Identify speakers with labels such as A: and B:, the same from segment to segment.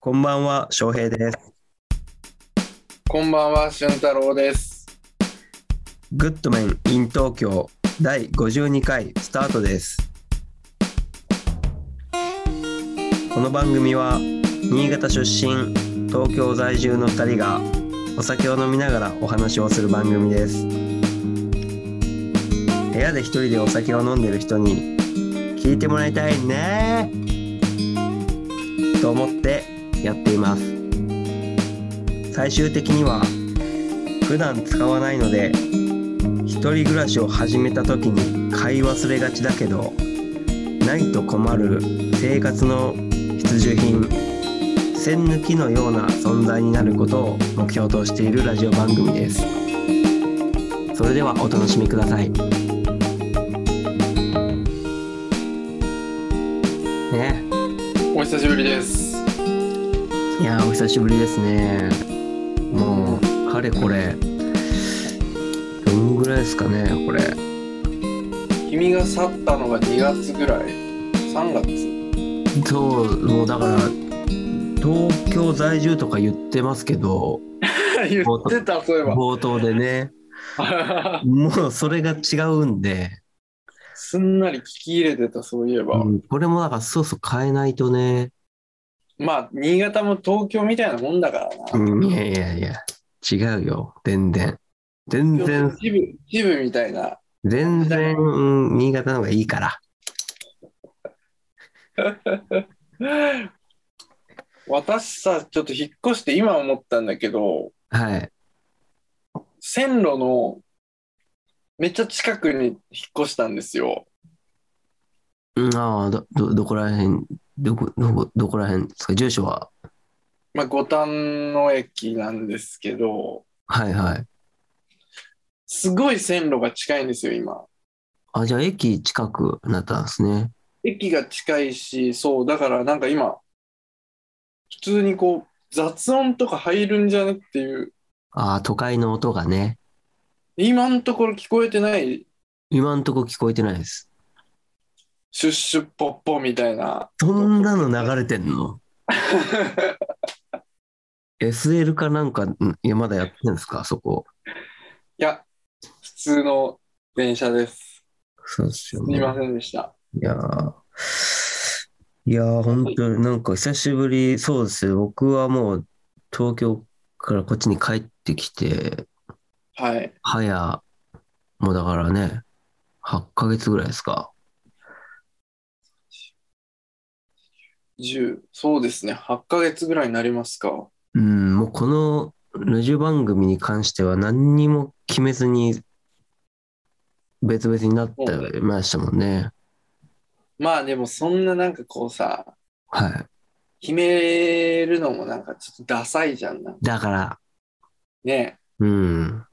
A: こんばんは、翔平です。
B: こんばんは、俊太郎です。
A: グッドメン in 東京第52回スタートです。この番組は新潟出身、東京在住の2人がお酒を飲みながらお話をする番組です。部屋で一人でお酒を飲んでる人に聞いてもらいたいねと思ってやっています。最終的には普段使わないので一人暮らしを始めた時に買い忘れがちだけどないと困る生活の必需品栓抜きのような存在になることを目標としているラジオ番組ですそれではお楽しみくださいね
B: お久しぶりです。
A: いやーお久しぶりですねもうかれこれどんぐらいですかねこれ
B: 君が去ったのが2月ぐらい、3月。
A: そうもうだから東京在住とか言ってますけど
B: 言ってた、そういえば。
A: 冒頭でねもうそれが違うんで、
B: すんなり聞き入れてた、そういえば。
A: うんこれもだからそうそう変えないとね、
B: まあ、新潟も東京みたいなもんだからな。
A: うん、いやいやいや違うよ全然全然
B: 一部、一部みたいな。
A: 全然、うん新潟の方がいいから
B: 私さ、ちょっと引っ越して今思ったんだけど、
A: はい
B: 線路のめっちゃ近くに引っ越したんですよ。
A: うんああどどどこら辺どこどこどこら辺ですか住所は
B: まあ、五反野駅なんですけど、
A: はいはい
B: すごい線路が近いんですよ、今。
A: あじゃあ駅近くなったんですね
B: 駅が近いし、そう、だからなんか今、普通にこう、雑音とか入るんじゃねっていう、
A: ああ都会の音がね
B: 今のところ聞こえてない、
A: 今んとこ聞こえてないです
B: シュッシュッポッポみたいな。
A: そんなの流れてんの SL かなんかんいやまだやってんですかそこ
B: いや、普通の電車です。
A: そうですよ
B: すいませんでした。
A: いやーいやー、本当になんか久しぶり、そうですよ。僕はもう東京からこっちに帰ってきて、
B: はい。
A: 早、もうだからね、8ヶ月ぐらいですか。
B: 10、そうですね、8ヶ月ぐらいになりますか。
A: うん、もうこのラジオ番組に関しては何にも決めずに、別々になってましたもんね。
B: まあでもそんななんかこうさ、
A: はい。
B: 決めるのもなんかちょっとダサいじゃんな。
A: だから、
B: ね
A: うん、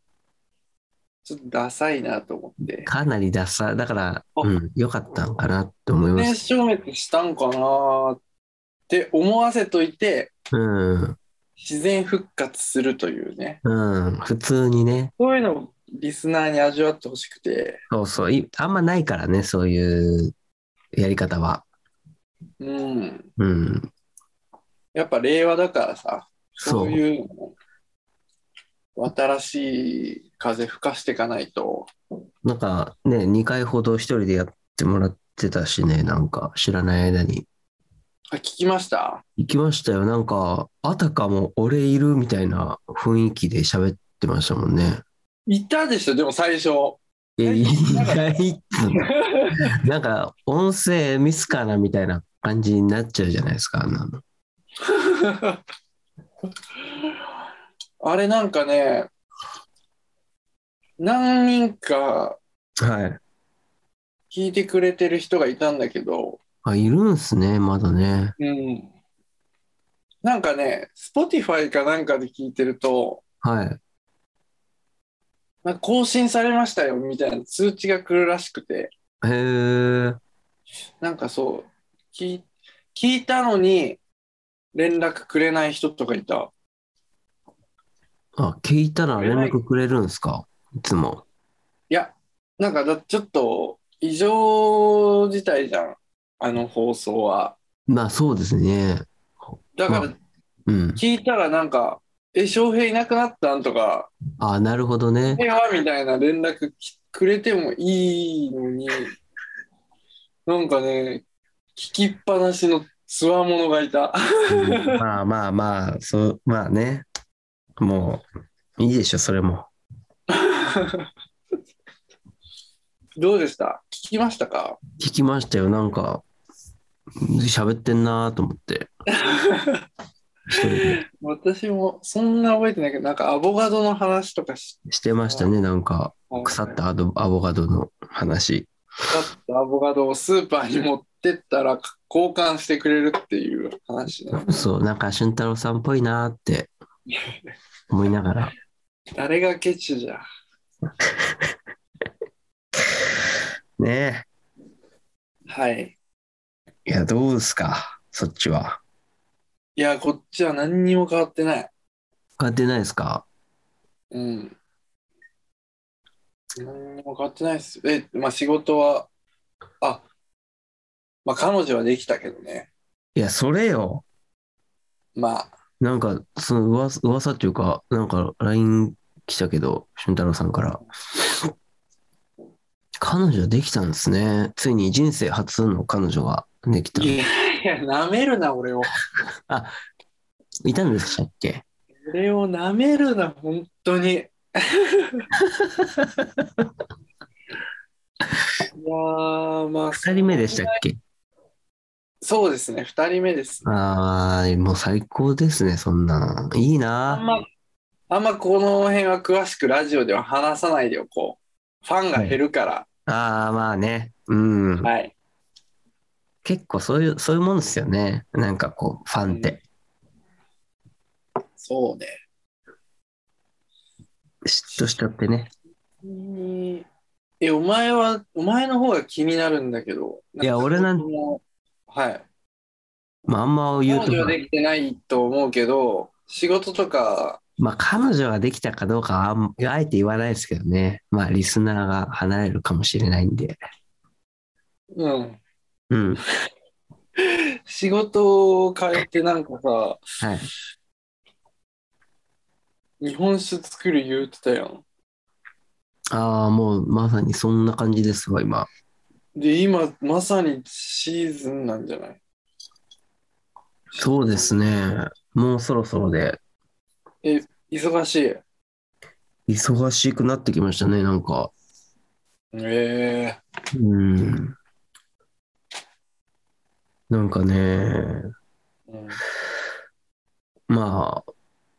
B: ちょっとダサいなと思って。
A: かなりダサ、だから、
B: あ
A: うん、良かったのかなって思いま
B: 全
A: す。
B: 消滅したんかなーって思わせといて
A: うん、
B: 自然復活するというね
A: うん、普通にね。
B: そういうのをリスナーに味わってほしくて
A: そうそう、いあんまないからね、そういうやり方は。
B: うん
A: うん、
B: やっぱ令和だからさ
A: そ
B: そうういうの新しい風吹かしていかないと
A: なんかね、2回ほど一人でやってもらってたしね、なんか知らない間に。
B: あ聞きました
A: 行きましたよ、なんか、あたかも俺いるみたいな雰囲気で喋ってましたもんね。
B: いたでしょでも最初
A: え、
B: え
A: 意外っつうのなんか、音声ミスかなみたいな感じになっちゃうじゃないですか、あんなの。
B: あれなんかね何人か
A: はい。
B: 聞いてくれてる人がいたんだけど、
A: あ、いるんすね、まだね。
B: うん、なんかね Spotify かなんかで聞いてると
A: はい。
B: なんか更新されましたよみたいな通知が来るらしくて
A: へえ。
B: なんかそう聞い聞いたのに連絡くれない人とかいた
A: あ、聞いたら連絡くれるんすかいつも。
B: いやなんかだちょっと異常事態じゃんあの放送は
A: まあそうですね。
B: だか
A: う
B: ら
A: うん。
B: 聞いたらなんか、え、翔平いなくなったんとか、
A: ああ、なるほど ね。
B: 平和みたいな連絡きくれてもいいのに、なんかね、聞きっぱなしのつわものがいた。
A: うんまあまあまあ、そう、まあね。もう、いいでしょ、それも。
B: どうでした聞きましたか
A: 聞きましたよ、なんか、喋ってんなと思 って。一人で
B: 私もそんな覚えてないけど、なんかアボカドの話とかし
A: してましたね、なんか、
B: た
A: 腐ったアドアボカドの話。
B: 腐ったアボカドをスーパーに持ってったら交換してくれるっていう話ね。
A: そう、なんか、俊太郎さんっぽいなって思いながら。
B: 誰がケチじゃ。
A: ね
B: はい。
A: え。いや、どうですか、そっちは。
B: いや、こっちは何にも変わってない。
A: 変わってないですか
B: うん。何にも変わってないです。え、まあ仕事は、あ、まあ彼女はできたけどね。
A: いや、それよ。
B: まあ、
A: なんか、その噂、噂っていうか、なんか、LINE 来たけど、俊太郎さんから。彼女できたんですね。ついに人生初の彼女ができた。
B: いやいや、舐めるな、俺を。
A: いたんでしたっけ
B: 俺を舐めるな、本当 に。いやー、まあ、
A: 二人目でしたっけ
B: そうですね、2人目です。
A: あー、もう最高ですね、そんな。いい
B: あん
A: な
B: ま、あんまこの辺は詳しくラジオでは話さないでおこう。ファンが減るから。
A: あー、まあね。うん。
B: はい。
A: 結構そういう、そういうもんですよね。なんかこう、ファンって。
B: そうね。
A: 嫉妬しちゃってね。
B: え、お前は、お前の方が気になるんだけど。
A: いや俺なん
B: かこのはい。
A: まあ、あんま
B: 彼
A: 言うと
B: 女はできてないと思うけど、仕事とか、
A: まあ、彼女ができたかどうかはあんあえて言わないですけどね。まあ、リスナーが離れるかもしれないんで。
B: うん。
A: うん。
B: 仕事を変えてなんかさ、
A: はい。
B: 日本酒作る言うてたやん。
A: ああ、もうまさにそんな感じですわ、今。
B: で、今、まさにシーズンなんじゃない
A: そうですね。もうそろそろで、
B: 忙しい。え
A: 忙しくなってきましたね、なんか。
B: え
A: うん。なんかね、
B: うん
A: ま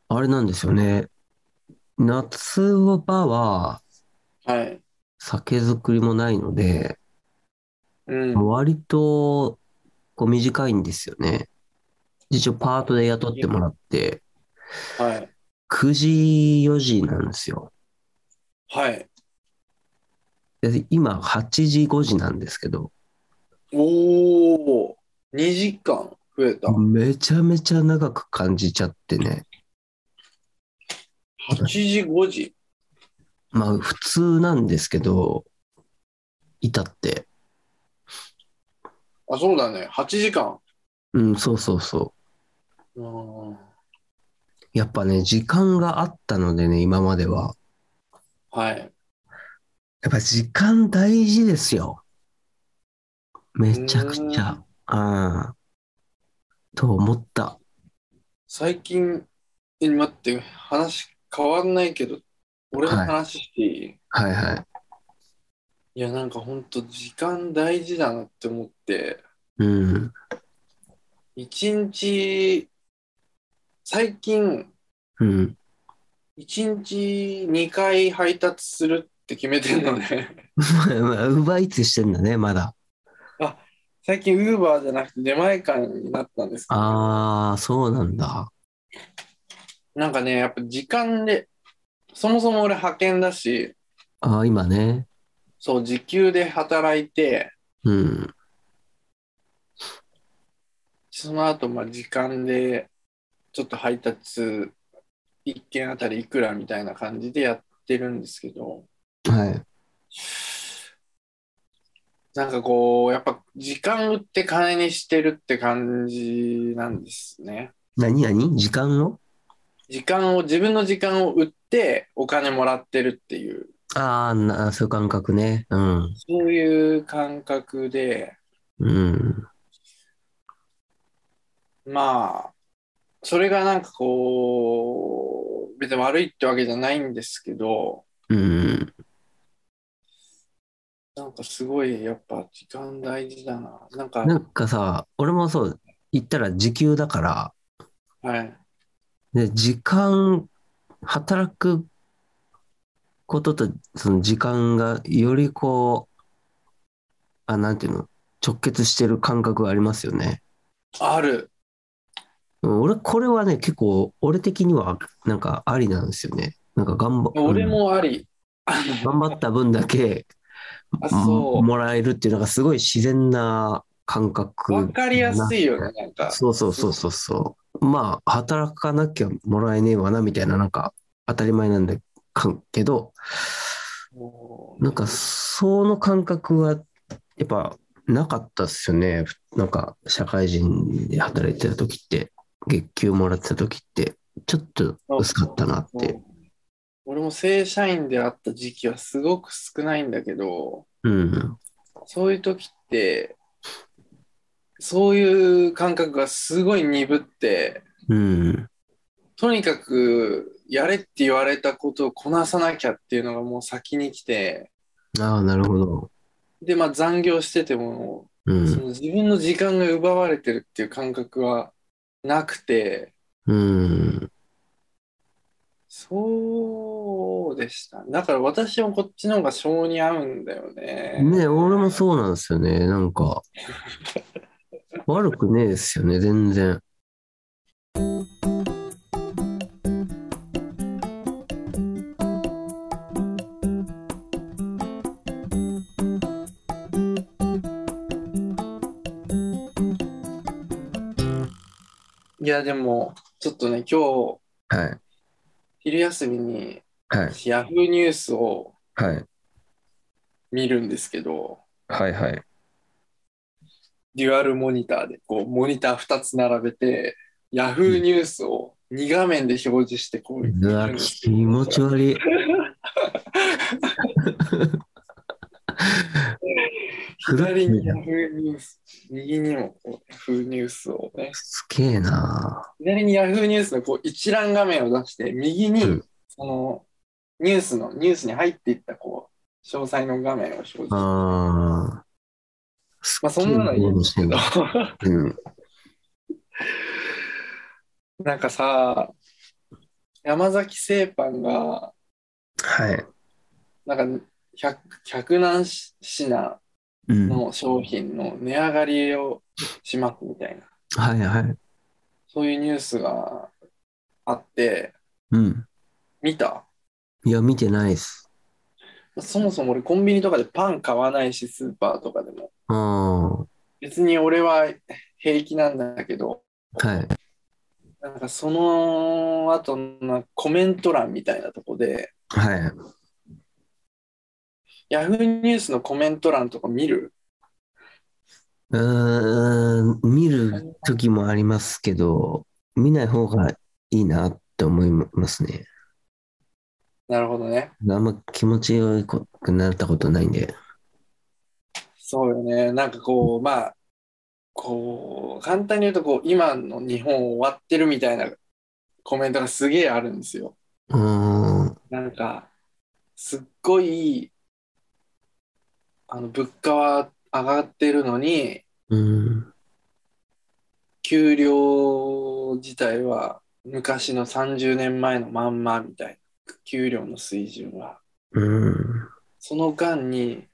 A: あ、あれなんですよね。夏場は
B: はい。
A: 酒造りもないので、
B: うん。
A: 割とこう短いんですよね。一応パートで雇ってもらって、
B: はい。
A: 9時、4時なんですよ。
B: はい。
A: で今、8時、5時なんですけど、
B: おー、2時間増えた。
A: めちゃめちゃ長く感じちゃってね。
B: 8時、5時。
A: まあ、普通なんですけど、いたって。
B: あ、そうだね。8時間。
A: うん、そうそうそう。
B: うん。
A: やっぱね、時間があったのでね、今までは。
B: はい。
A: やっぱ時間大事ですよ。めちゃくちゃ。うん。と思った。
B: 最近、え、待って、話変わんないけど、俺の話していい、い、
A: はいはい。
B: や、なんかほんと時間大事だなって思って、
A: うん。
B: 一日、最近、
A: うん。
B: 一日2回配達するって決めてんのね。
A: ウバイツしてんだね、まだ。
B: 最近、ウーバーじゃなくて出前館になったんですけど、
A: ああ、そうなんだ。
B: なんかね、やっぱ時間で、そもそも俺派遣だし、
A: ああ、今ね。
B: そう、時給で働いて、
A: うん。
B: その後、まあ時間で、ちょっと配達、1件あたりいくらみたいな感じでやってるんですけど、
A: はい。
B: なんかこう、やっぱ時間売って金にしてるって感じなんですね。
A: 何何時間の
B: 時間を、自分の時間を売ってお金もらってるっていう、
A: ああ、なそういう感覚ね。うん。
B: そういう感覚で、
A: うん。
B: まあ、それがなんかこう、別に悪いってわけじゃないんですけど、
A: うん。
B: なんかすごいやっぱ時間大事だな。なんか、
A: なんかさ、俺もそう、言ったら時給だから、
B: はい。
A: で時間、働くことと、その時間がよりこう、あ、なんていうの、直結してる感覚がありますよね。
B: ある。
A: うん俺、これはね、結構、俺的には、なんかありなんですよね。なんか頑張
B: 俺もあり。あの
A: 頑張った分だけ
B: あそう
A: もらえるっていうのがすごい自然な感覚
B: わかりやすいよね、なんか。
A: そうそうそうそうそうまあ働かなきゃもらえねえわなみたいななんか当たり前なんだけど
B: もう
A: なんかその感覚はやっぱなかったっすよねなんか社会人で働いてた時って月給もらってた時ってちょっと薄かったなって
B: もう俺も正社員であった時期はすごく少ないんだけど、
A: うん
B: そういう時って、そういう感覚がすごい鈍って、
A: うん
B: とにかくやれって言われたことをこなさなきゃっていうのがもう先に来て、
A: ああなるほど
B: で、まあ残業してても、
A: うん
B: その自分の時間が奪われてるっていう感覚はなくて、
A: うん。
B: そうでした。だから私もこっちの方が性に合うんだよね。
A: ね俺もそうなんですよね。なんか、悪くねえですよね、全然。
B: いや、でも、ちょっとね、今日、
A: はい。
B: 昼休みに
A: はい。
B: ヤフーニュースを
A: はい。
B: 見るんですけど、
A: はい。はい。
B: デュアルモニターで、こう、モニター2つ並べて、ヤフーニュースを2画面で表示して、こう、
A: うわ、気持ち悪い。
B: 左にヤフーニュース、右にもこうヤフーニュースをね、
A: すげえな
B: 左にヤフーニュースのこう一覧画面を出して、右
A: う
B: に
A: ん
B: そのニュースの、ニュースに入っていったこう、詳細の画面を表示
A: ああー。
B: まあそんなのはいいんです
A: げえな
B: してる。
A: うん。
B: なんかさ、山崎製パンが、
A: はい。
B: なんか100、100何品
A: うん。
B: の商品の値上がりをしますみたいな、
A: はいはい。
B: そういうニュースがあって、
A: うん。
B: 見た
A: いや、見てないっす。
B: そもそも俺コンビニとかでパン買わないし、スーパーとかでも。
A: ああ。は
B: 別に俺は平気なんだけど、
A: い。
B: なんかその後のコメント欄みたいなとこで、
A: はい。
B: ヤフーニュースのコメント欄とか見る
A: うーん、見る時もありますけど、見ない方がいいなって思いますね。
B: なるほどね。
A: あんま気持ちよくなったことないんで。
B: そうよね。なんかこう、まあ、こう、簡単に言うとこう、今の日本終わってるみたいなコメントがすげえあるんですよ。
A: うーん。
B: なんか、すっごい、あの、物価は上がってるのに、
A: うん。
B: 給料自体は昔の30年前のまんまみたいな給料の水準は
A: うん。
B: その間に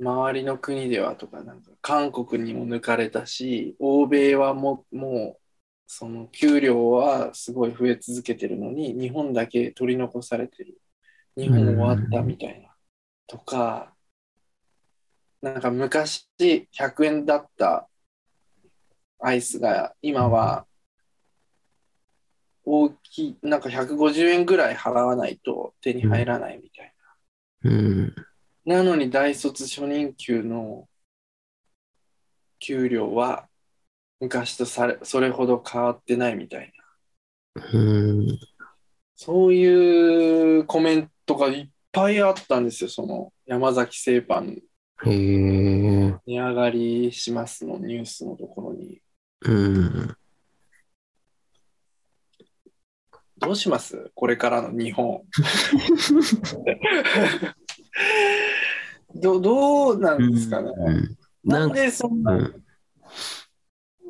B: 周りの国ではとかなんか韓国にも抜かれたし欧米はもうもうその給料はすごい増え続けてるのに日本だけ取り残されてる日本終わったみたいなとかなんか昔100円だったアイスが今は大きいなんか150円ぐらい払わないと手に入らないみたいな。
A: うん。
B: なのに大卒初任給の給料は昔とされそれほど変わってないみたいな。
A: うん。
B: そういうコメントがいっぱいあったんですよ、その山崎製パン
A: へえ。
B: 値上がりしますのニュースのところに。
A: うん。
B: どうしますこれからの日本。どどうなんですかね、
A: うん。な
B: な
A: ん
B: ん
A: か、
B: でそん
A: う。
B: なん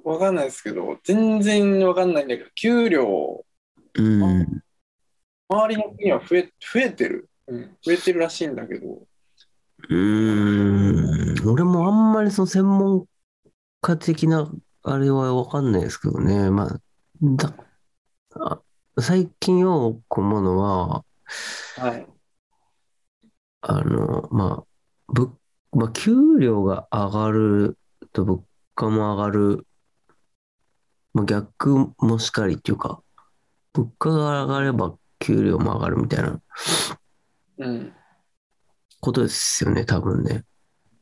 B: わかんないですけど、全然わかんないんだけど、給料、
A: うん。
B: 周りの国は増え増えてる、うん。増えてるらしいんだけど、
A: うーん、俺もあんまりその専門家的なあれはわかんないですけどね。まあ、だ、あ、最近よく思うのは、
B: はい。
A: あの、まあ、物、まあ、給料が上がると物価も上がる、まあ、逆もしかりっていうか、物価が上がれば給料も上がるみたいな
B: うん。
A: ことですよね、多分ね。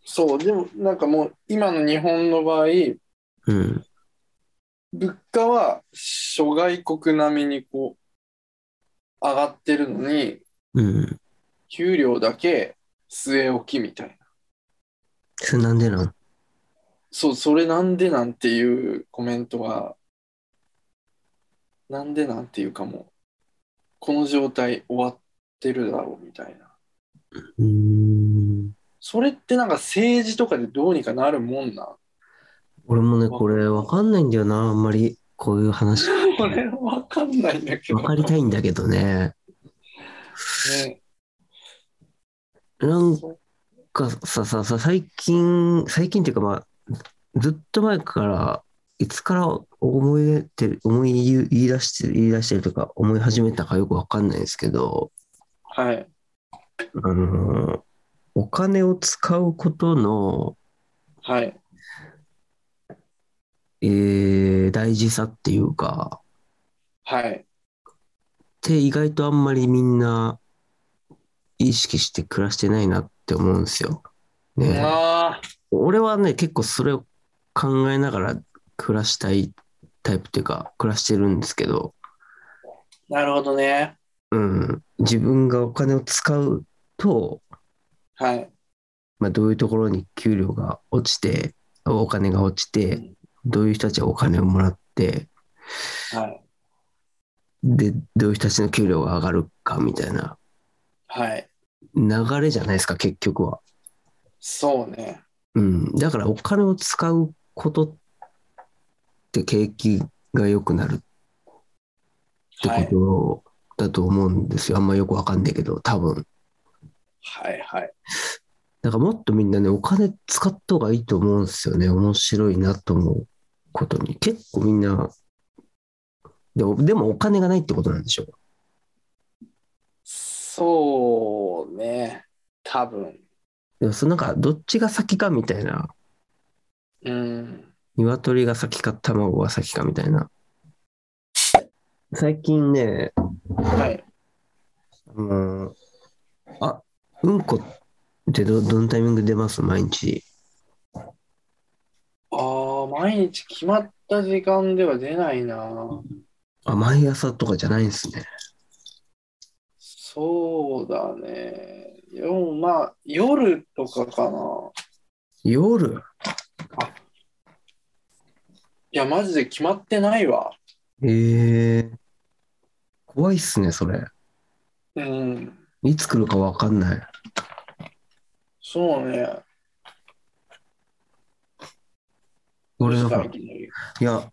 B: そう、でもなんかもう、今の日本の場合、
A: うん。
B: 物価は諸外国並みにこう、上がってるのに、
A: うん。
B: 給料だけ据え置きみたいな。
A: それなんでなん
B: そう、それなんでなんていうコメントが、なんでなんていうかもう、この状態終わってるだろうみたいな。
A: うーん。
B: それってなんか政治とかでどうにかなるもんな。
A: 俺もね、これわかんないんだよな、あんまり。こういう話。
B: これわかんないんだけど。
A: わかりたいんだけどね。
B: ね。
A: なんかさ、さ、さ、最近、最近っていうかまあ、ずっと前から、いつから思い出てる、思い言い出してる、言い出してるというか、思い始めたかよくわかんないですけど、
B: はい。
A: あのーお金を使うことの、
B: はい。
A: えー大事さっていうか、
B: はい。
A: って意外とあんまりみんな意識して暮らしてないなって思うんですよ。ね、
B: ああ、
A: 俺はね結構それを考えながら暮らしたいタイプっていうか暮らしてるんですけど、
B: なるほどね。
A: うん、自分がお金を使うと、
B: はい。
A: まあ、どういうところに給料が落ちてお金が落ちてどういう人たちはお金をもらって
B: はい。
A: でどういう人たちの給料が上がるかみたいな
B: はい。
A: 流れじゃないですか結局は。
B: そうね。
A: うん、だからお金を使うことって景気が良くなるって
B: はい。
A: ことだと思うんですよ。あんまよくわかんないけど、多分。
B: はい。はい。
A: だからもっとみんなね、お金使った方がいいと思うんですよね。面白いなと思うことに。結構みんな、でもでもお金がないってことなんでしょう。
B: そうね。多分。
A: でもそのなんか、どっちが先かみたいな。
B: うん。
A: 鶏が先か卵が先かみたいな。最近ね、
B: はい。
A: うん。あ、うんこってど、どのタイミングで出ます毎日。
B: ああ、毎日決まった時間では出ないな。
A: あ、毎朝とかじゃないんですね。
B: そうだね。でもまあ、夜とかかな。
A: 夜
B: いや、マジで決まってないわ。
A: ええ怖いっすね、それ。
B: うん。
A: いつ来るかわかんない。
B: そうね。
A: 俺なん
B: 確
A: か、
B: かに
A: いや、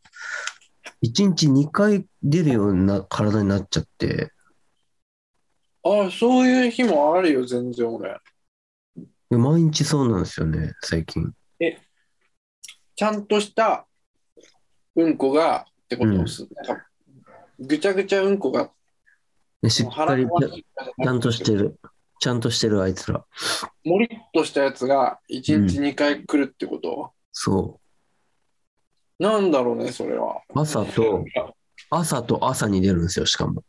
A: 一日2回出るような体になっちゃって、
B: ああ、そういう日もあるよ、全然俺。
A: 毎日そうなんですよね、最近。
B: ちゃんとしたうんこがってこと
A: うん
B: をする。なんかぐちゃぐちゃうんこが、
A: ねしっかり
B: の
A: ちゃ、
B: の
A: ちゃんとしてる。ちゃんとしてる、あいつら。
B: もりっとしたやつが1日2回来るってこと、
A: そ
B: なんだろうね、それは。
A: う。朝と、朝と朝に出るんですよ、しかも。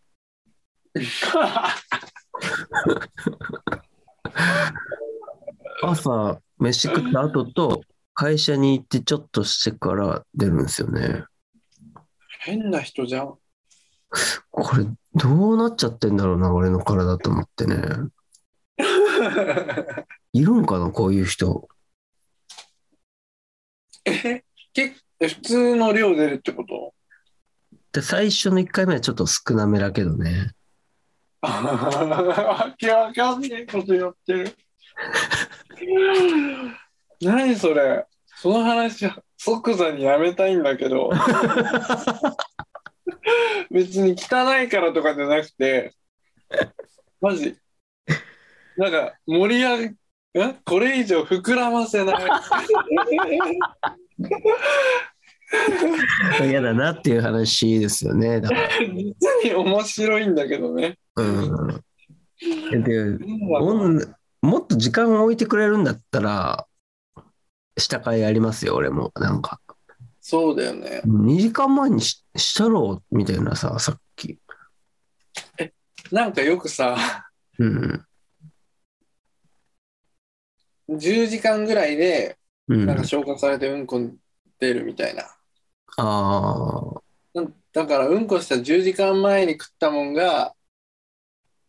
A: 朝、飯食った後と、会社に行ってちょっとしてから出るんですよね。
B: 変な人じゃん。
A: これ、どうなっちゃってんだろうな、俺の体と思ってね。いるんかな、こういう人。
B: えけ普通の量出るってこと
A: で、最初の1回目はちょっと少なめだけど ね。
B: わけわかんないことやってる。何それその話即座にやめたいんだけど別に汚いからとかじゃなくてマジなんか盛り上げんこれ以上膨らませない
A: 嫌だなっていう話ですよね。だから
B: 実に面白いんだけどね
A: うん、でおんもっと時間を置いてくれるんだったら、下会やりますよ、俺も。なんか、
B: そうだよね
A: 2時間前にししたろうみたいなさ、さっき。
B: なんかよくさ
A: うん。
B: 10時間ぐらいで
A: うん、
B: なん
A: あ
B: か消化されてうんこ出るみたいな
A: あー、
B: なんだからうんこした10時間前に食ったもんが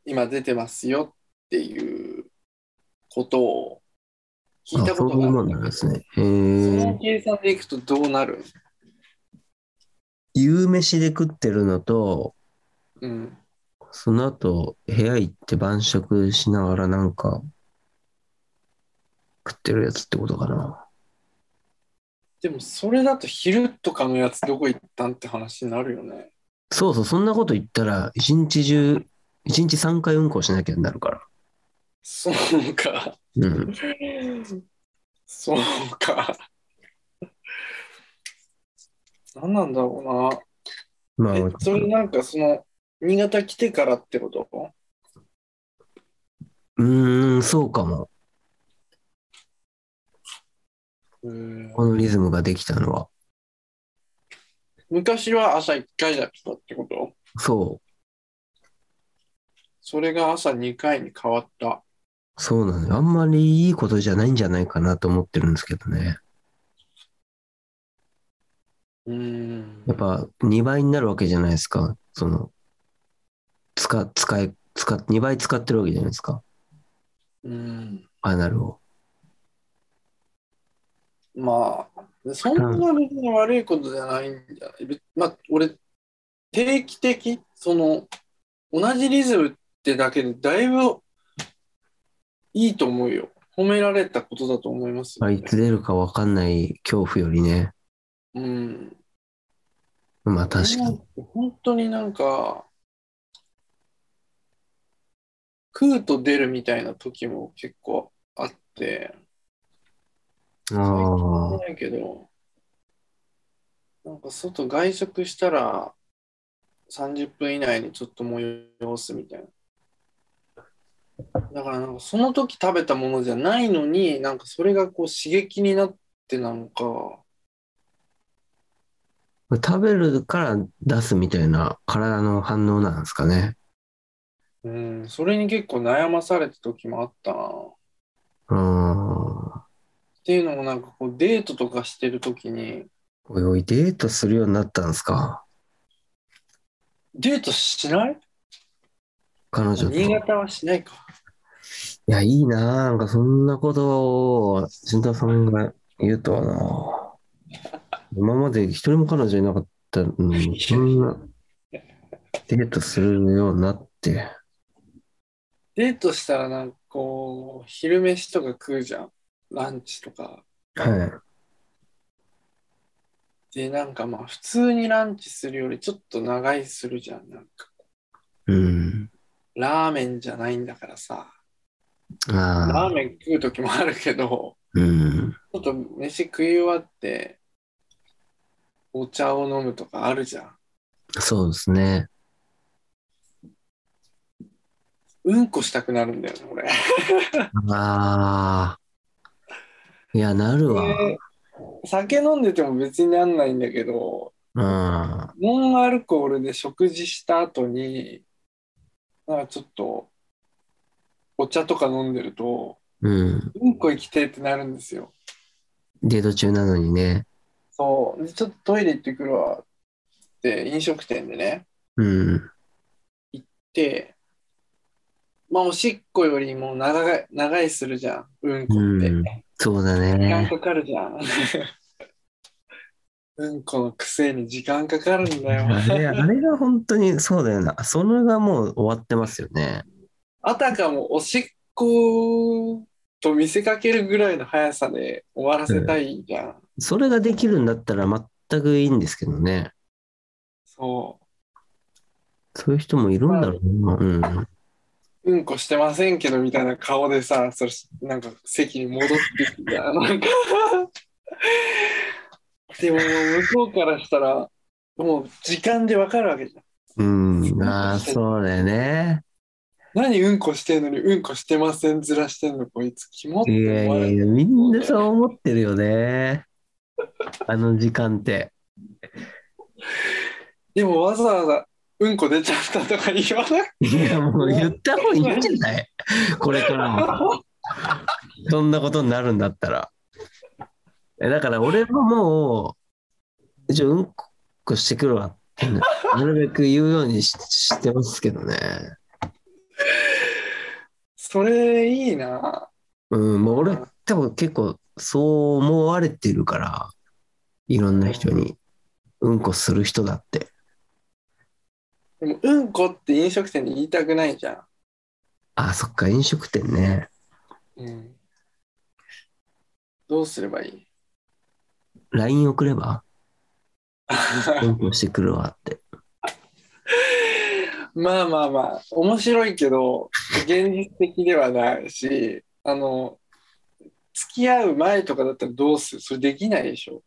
B: 今出てますよっていうことを聞いたことがある
A: あそうなんですね。へ
B: そ
A: え
B: の。計算でいくとどうなる、
A: 夕飯で食ってるのと、
B: うん、
A: その後、部屋行って晩酌しながらなんか、食ってるやつってことかな。
B: でもそれだと昼とかのやつどこ行ったんって話になるよね
A: そうそう、そんなこと言ったら、一日中、一日3回うんこしなきゃになるから。
B: そうか
A: うん。
B: そうか何なんだろ
A: ま
B: う
A: あ
B: なえ、それなんかその新潟来てからってこと
A: うーん、そうかも。
B: うん
A: このリズムができたのは。
B: 昔は朝1回だったってこと
A: そ
B: それが朝2回に変わった。
A: う、そうなのよ。あんまりいいことじゃないんじゃないかなと思ってるんですけどね。
B: うーん
A: やっぱ2倍になるわけじゃないですか。その、使、使い、使、2倍使ってるわけじゃないですか。
B: うん。
A: アナルを。
B: まあ、そんな別に悪いことじゃないんじゃないべまあ、俺、定期的、その、同じリズムってだけでだいぶいいと思うよ。褒められたことだと思いますよ
A: あいつ出るか分かんない恐怖よりね。
B: うん。
A: まあ確かに。
B: 本当になんか、食うと出るみたいな時も結構あって、
A: あ
B: 最近は
A: あ。
B: ないけど、なんか外外食したら30分以内にちょっと催すみたいな。だからなんかその時食べたものじゃないのに、なんかそれがこう刺激になってなのか、
A: 食べるから出すみたいな体の反応なんですかね。
B: うん、それに結構悩まされた時もあったな。
A: うん。
B: っていうのもなんかこうデートとかしてるときに
A: おいおい、デートするようになったんですか
B: デートしない
A: 彼女と。
B: 新
A: い
B: 潟はしないか
A: や、いいななんかそんなことを、慎太郎さんが言うとはな今まで一人も彼女いなかったのに、そんな、デートするようになって。
B: デートしたらなんかこう昼飯とか食うじゃんランチとか
A: はい。
B: でなんかまあ普通にランチするよりちょっと長いするじゃんなんか
A: うん。
B: ラーメンじゃないんだからさ
A: あ
B: ラ
A: あ。
B: ーメン食う時もあるけど
A: うん。
B: ちょっと飯食い終わってお茶を飲むとかあるじゃん
A: そうですね。
B: うんこしたくなるんだよね俺
A: ああ。いや、なるわ。
B: で酒飲んでても別になんないんだけど
A: うん。
B: ノンアルコールで食事した後になんかちょっとお茶とか飲んでると
A: うん。
B: うんこ行きてえってなるんですよ
A: デート中なのにね。
B: そう。で、ちょっとトイレ行ってくるわって、飲食店でね。
A: うん。
B: で、まあ、おしっこよりも長い、長いするじゃん。うんこって。
A: うんそうだ
B: 時間
A: ね。
B: かかるじゃ ん。うんこのくせに時間かかるんだよ。
A: あれあれが本当にそうだよな。それがもう終わってますよね。
B: あたかもおしっこと見せかけるぐらいの速さで終わらせたいじゃん。
A: それができるんだったら全くいいんですけどね。
B: そ
A: そういう人もいるんだろうな。うん。
B: う。うんこしてませんけどみたいな顔でさ、それなんか席に戻ってきた。なんか でももう向こうからしたら、もう時間でわかるわけじゃん。
A: うん、ああ、そうだよね。
B: 何うんこしてんのにうんこしてませんずらしてんのこいつキモっ
A: い
B: て
A: やい
B: 思わ
A: や
B: れ
A: い
B: る。
A: や、みんなそう思ってるよね。あの時間って。
B: でもわざわざうんこ出ちゃったとか言わなくて
A: いや、もう言った方がいいんじゃないこれからも。そんなことになるんだったら。えだから俺ももう、一応うんこしてくるわってねなるべく言うようにししてますけどね。
B: それいいな。
A: うん、もう俺多分結構そう思われてるから、いろんな人に、うんこする人だって。
B: でもうんこって飲食店に言いたくないじゃ
A: あ、そっか、飲食店ね。
B: ん。うん、どうすればいい
A: LINE 送れば、うんこしてくるわって。
B: まあまあまあ面白いけど現実的ではないしあの付き合う前とかだったらどうするそれできないでしょ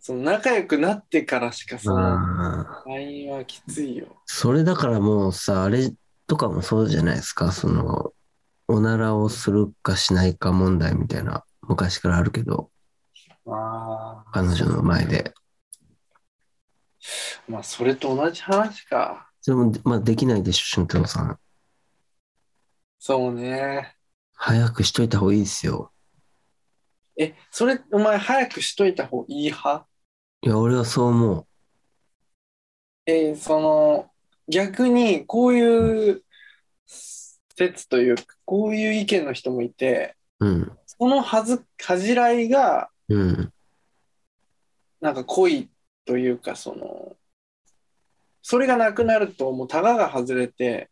B: その仲良くなってからしかその
A: あー
B: LINE はきついよ
A: それだからもうさ、あれとかもそうじゃないですか、その、おならをするかしないか問題みたいな、昔からあるけど、
B: あ
A: 彼女の前で。
B: まあそれと同じ話か
A: それも、まあ、できないでしょ、俊太郎さん。
B: そうね
A: 早くしといた方がいいですよ。
B: えそれお前早くしといた方いい派
A: いや、俺はそう思う。
B: えーその逆にこういう説というかこういう意見の人もいて
A: うん、
B: そのはず恥じらいが
A: うん、
B: なんか恋というかそのそれがなくなるともうタガが外れて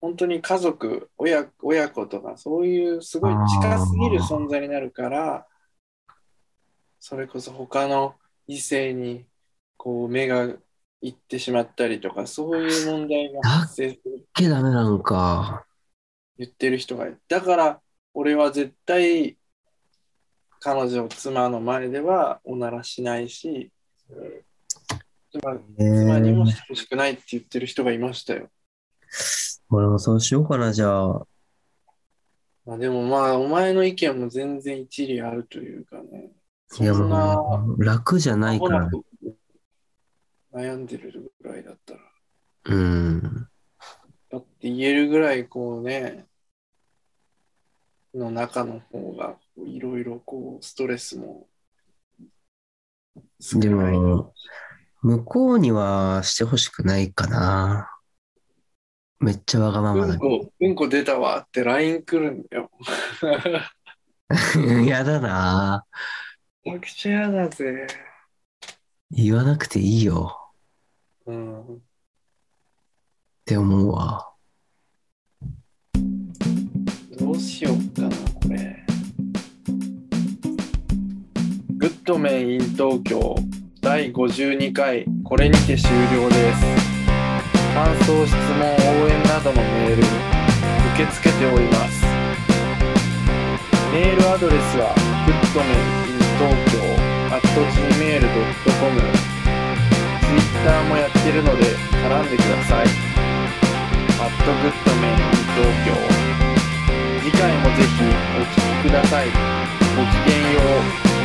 B: 本当に家族親親子とかそういうすごい近すぎる存在になるからそれこそ他の異性にこう目がいってしまったりとかそういう問題が発生する
A: けダメなんか。
B: 言ってる人がいるだから俺は絶対彼女を妻の前ではおならしないし妻妻にもしてほしくないって言ってる人がいましたよ。
A: 俺もそうしようかな、じゃあ。
B: まあ、でもまあ、お前の意見も全然一理あるというかね。そ
A: いや、
B: んな、
A: もう、楽じゃない
B: ほ
A: からら。
B: 悩んでるぐらいだったら。
A: うん。
B: だって言えるぐらい、こうね、の中の方が、いろいろこう、ストレスも。
A: でも、向こうにはしてほしくないかな。めっちゃわがまま
B: う
A: だ
B: んこ、うんこ出たわって LINE 来るんだよ。
A: けど。 やだな。
B: めちゃくちゃ嫌だぜ。
A: 言わなくていいよ
B: うん。
A: って思うわ。
B: どうしようかな、これ。グッドメイン in 東京第52回、これにて終了です。感想、質問、応援などのメール、受け付けております。メールアドレスは、グッドメイン in 東京 at gmail.com。Twitter もやってるので、絡んでください。アットグッドメイン in 東京。次回もぜひお聴きください。ごきげんよう。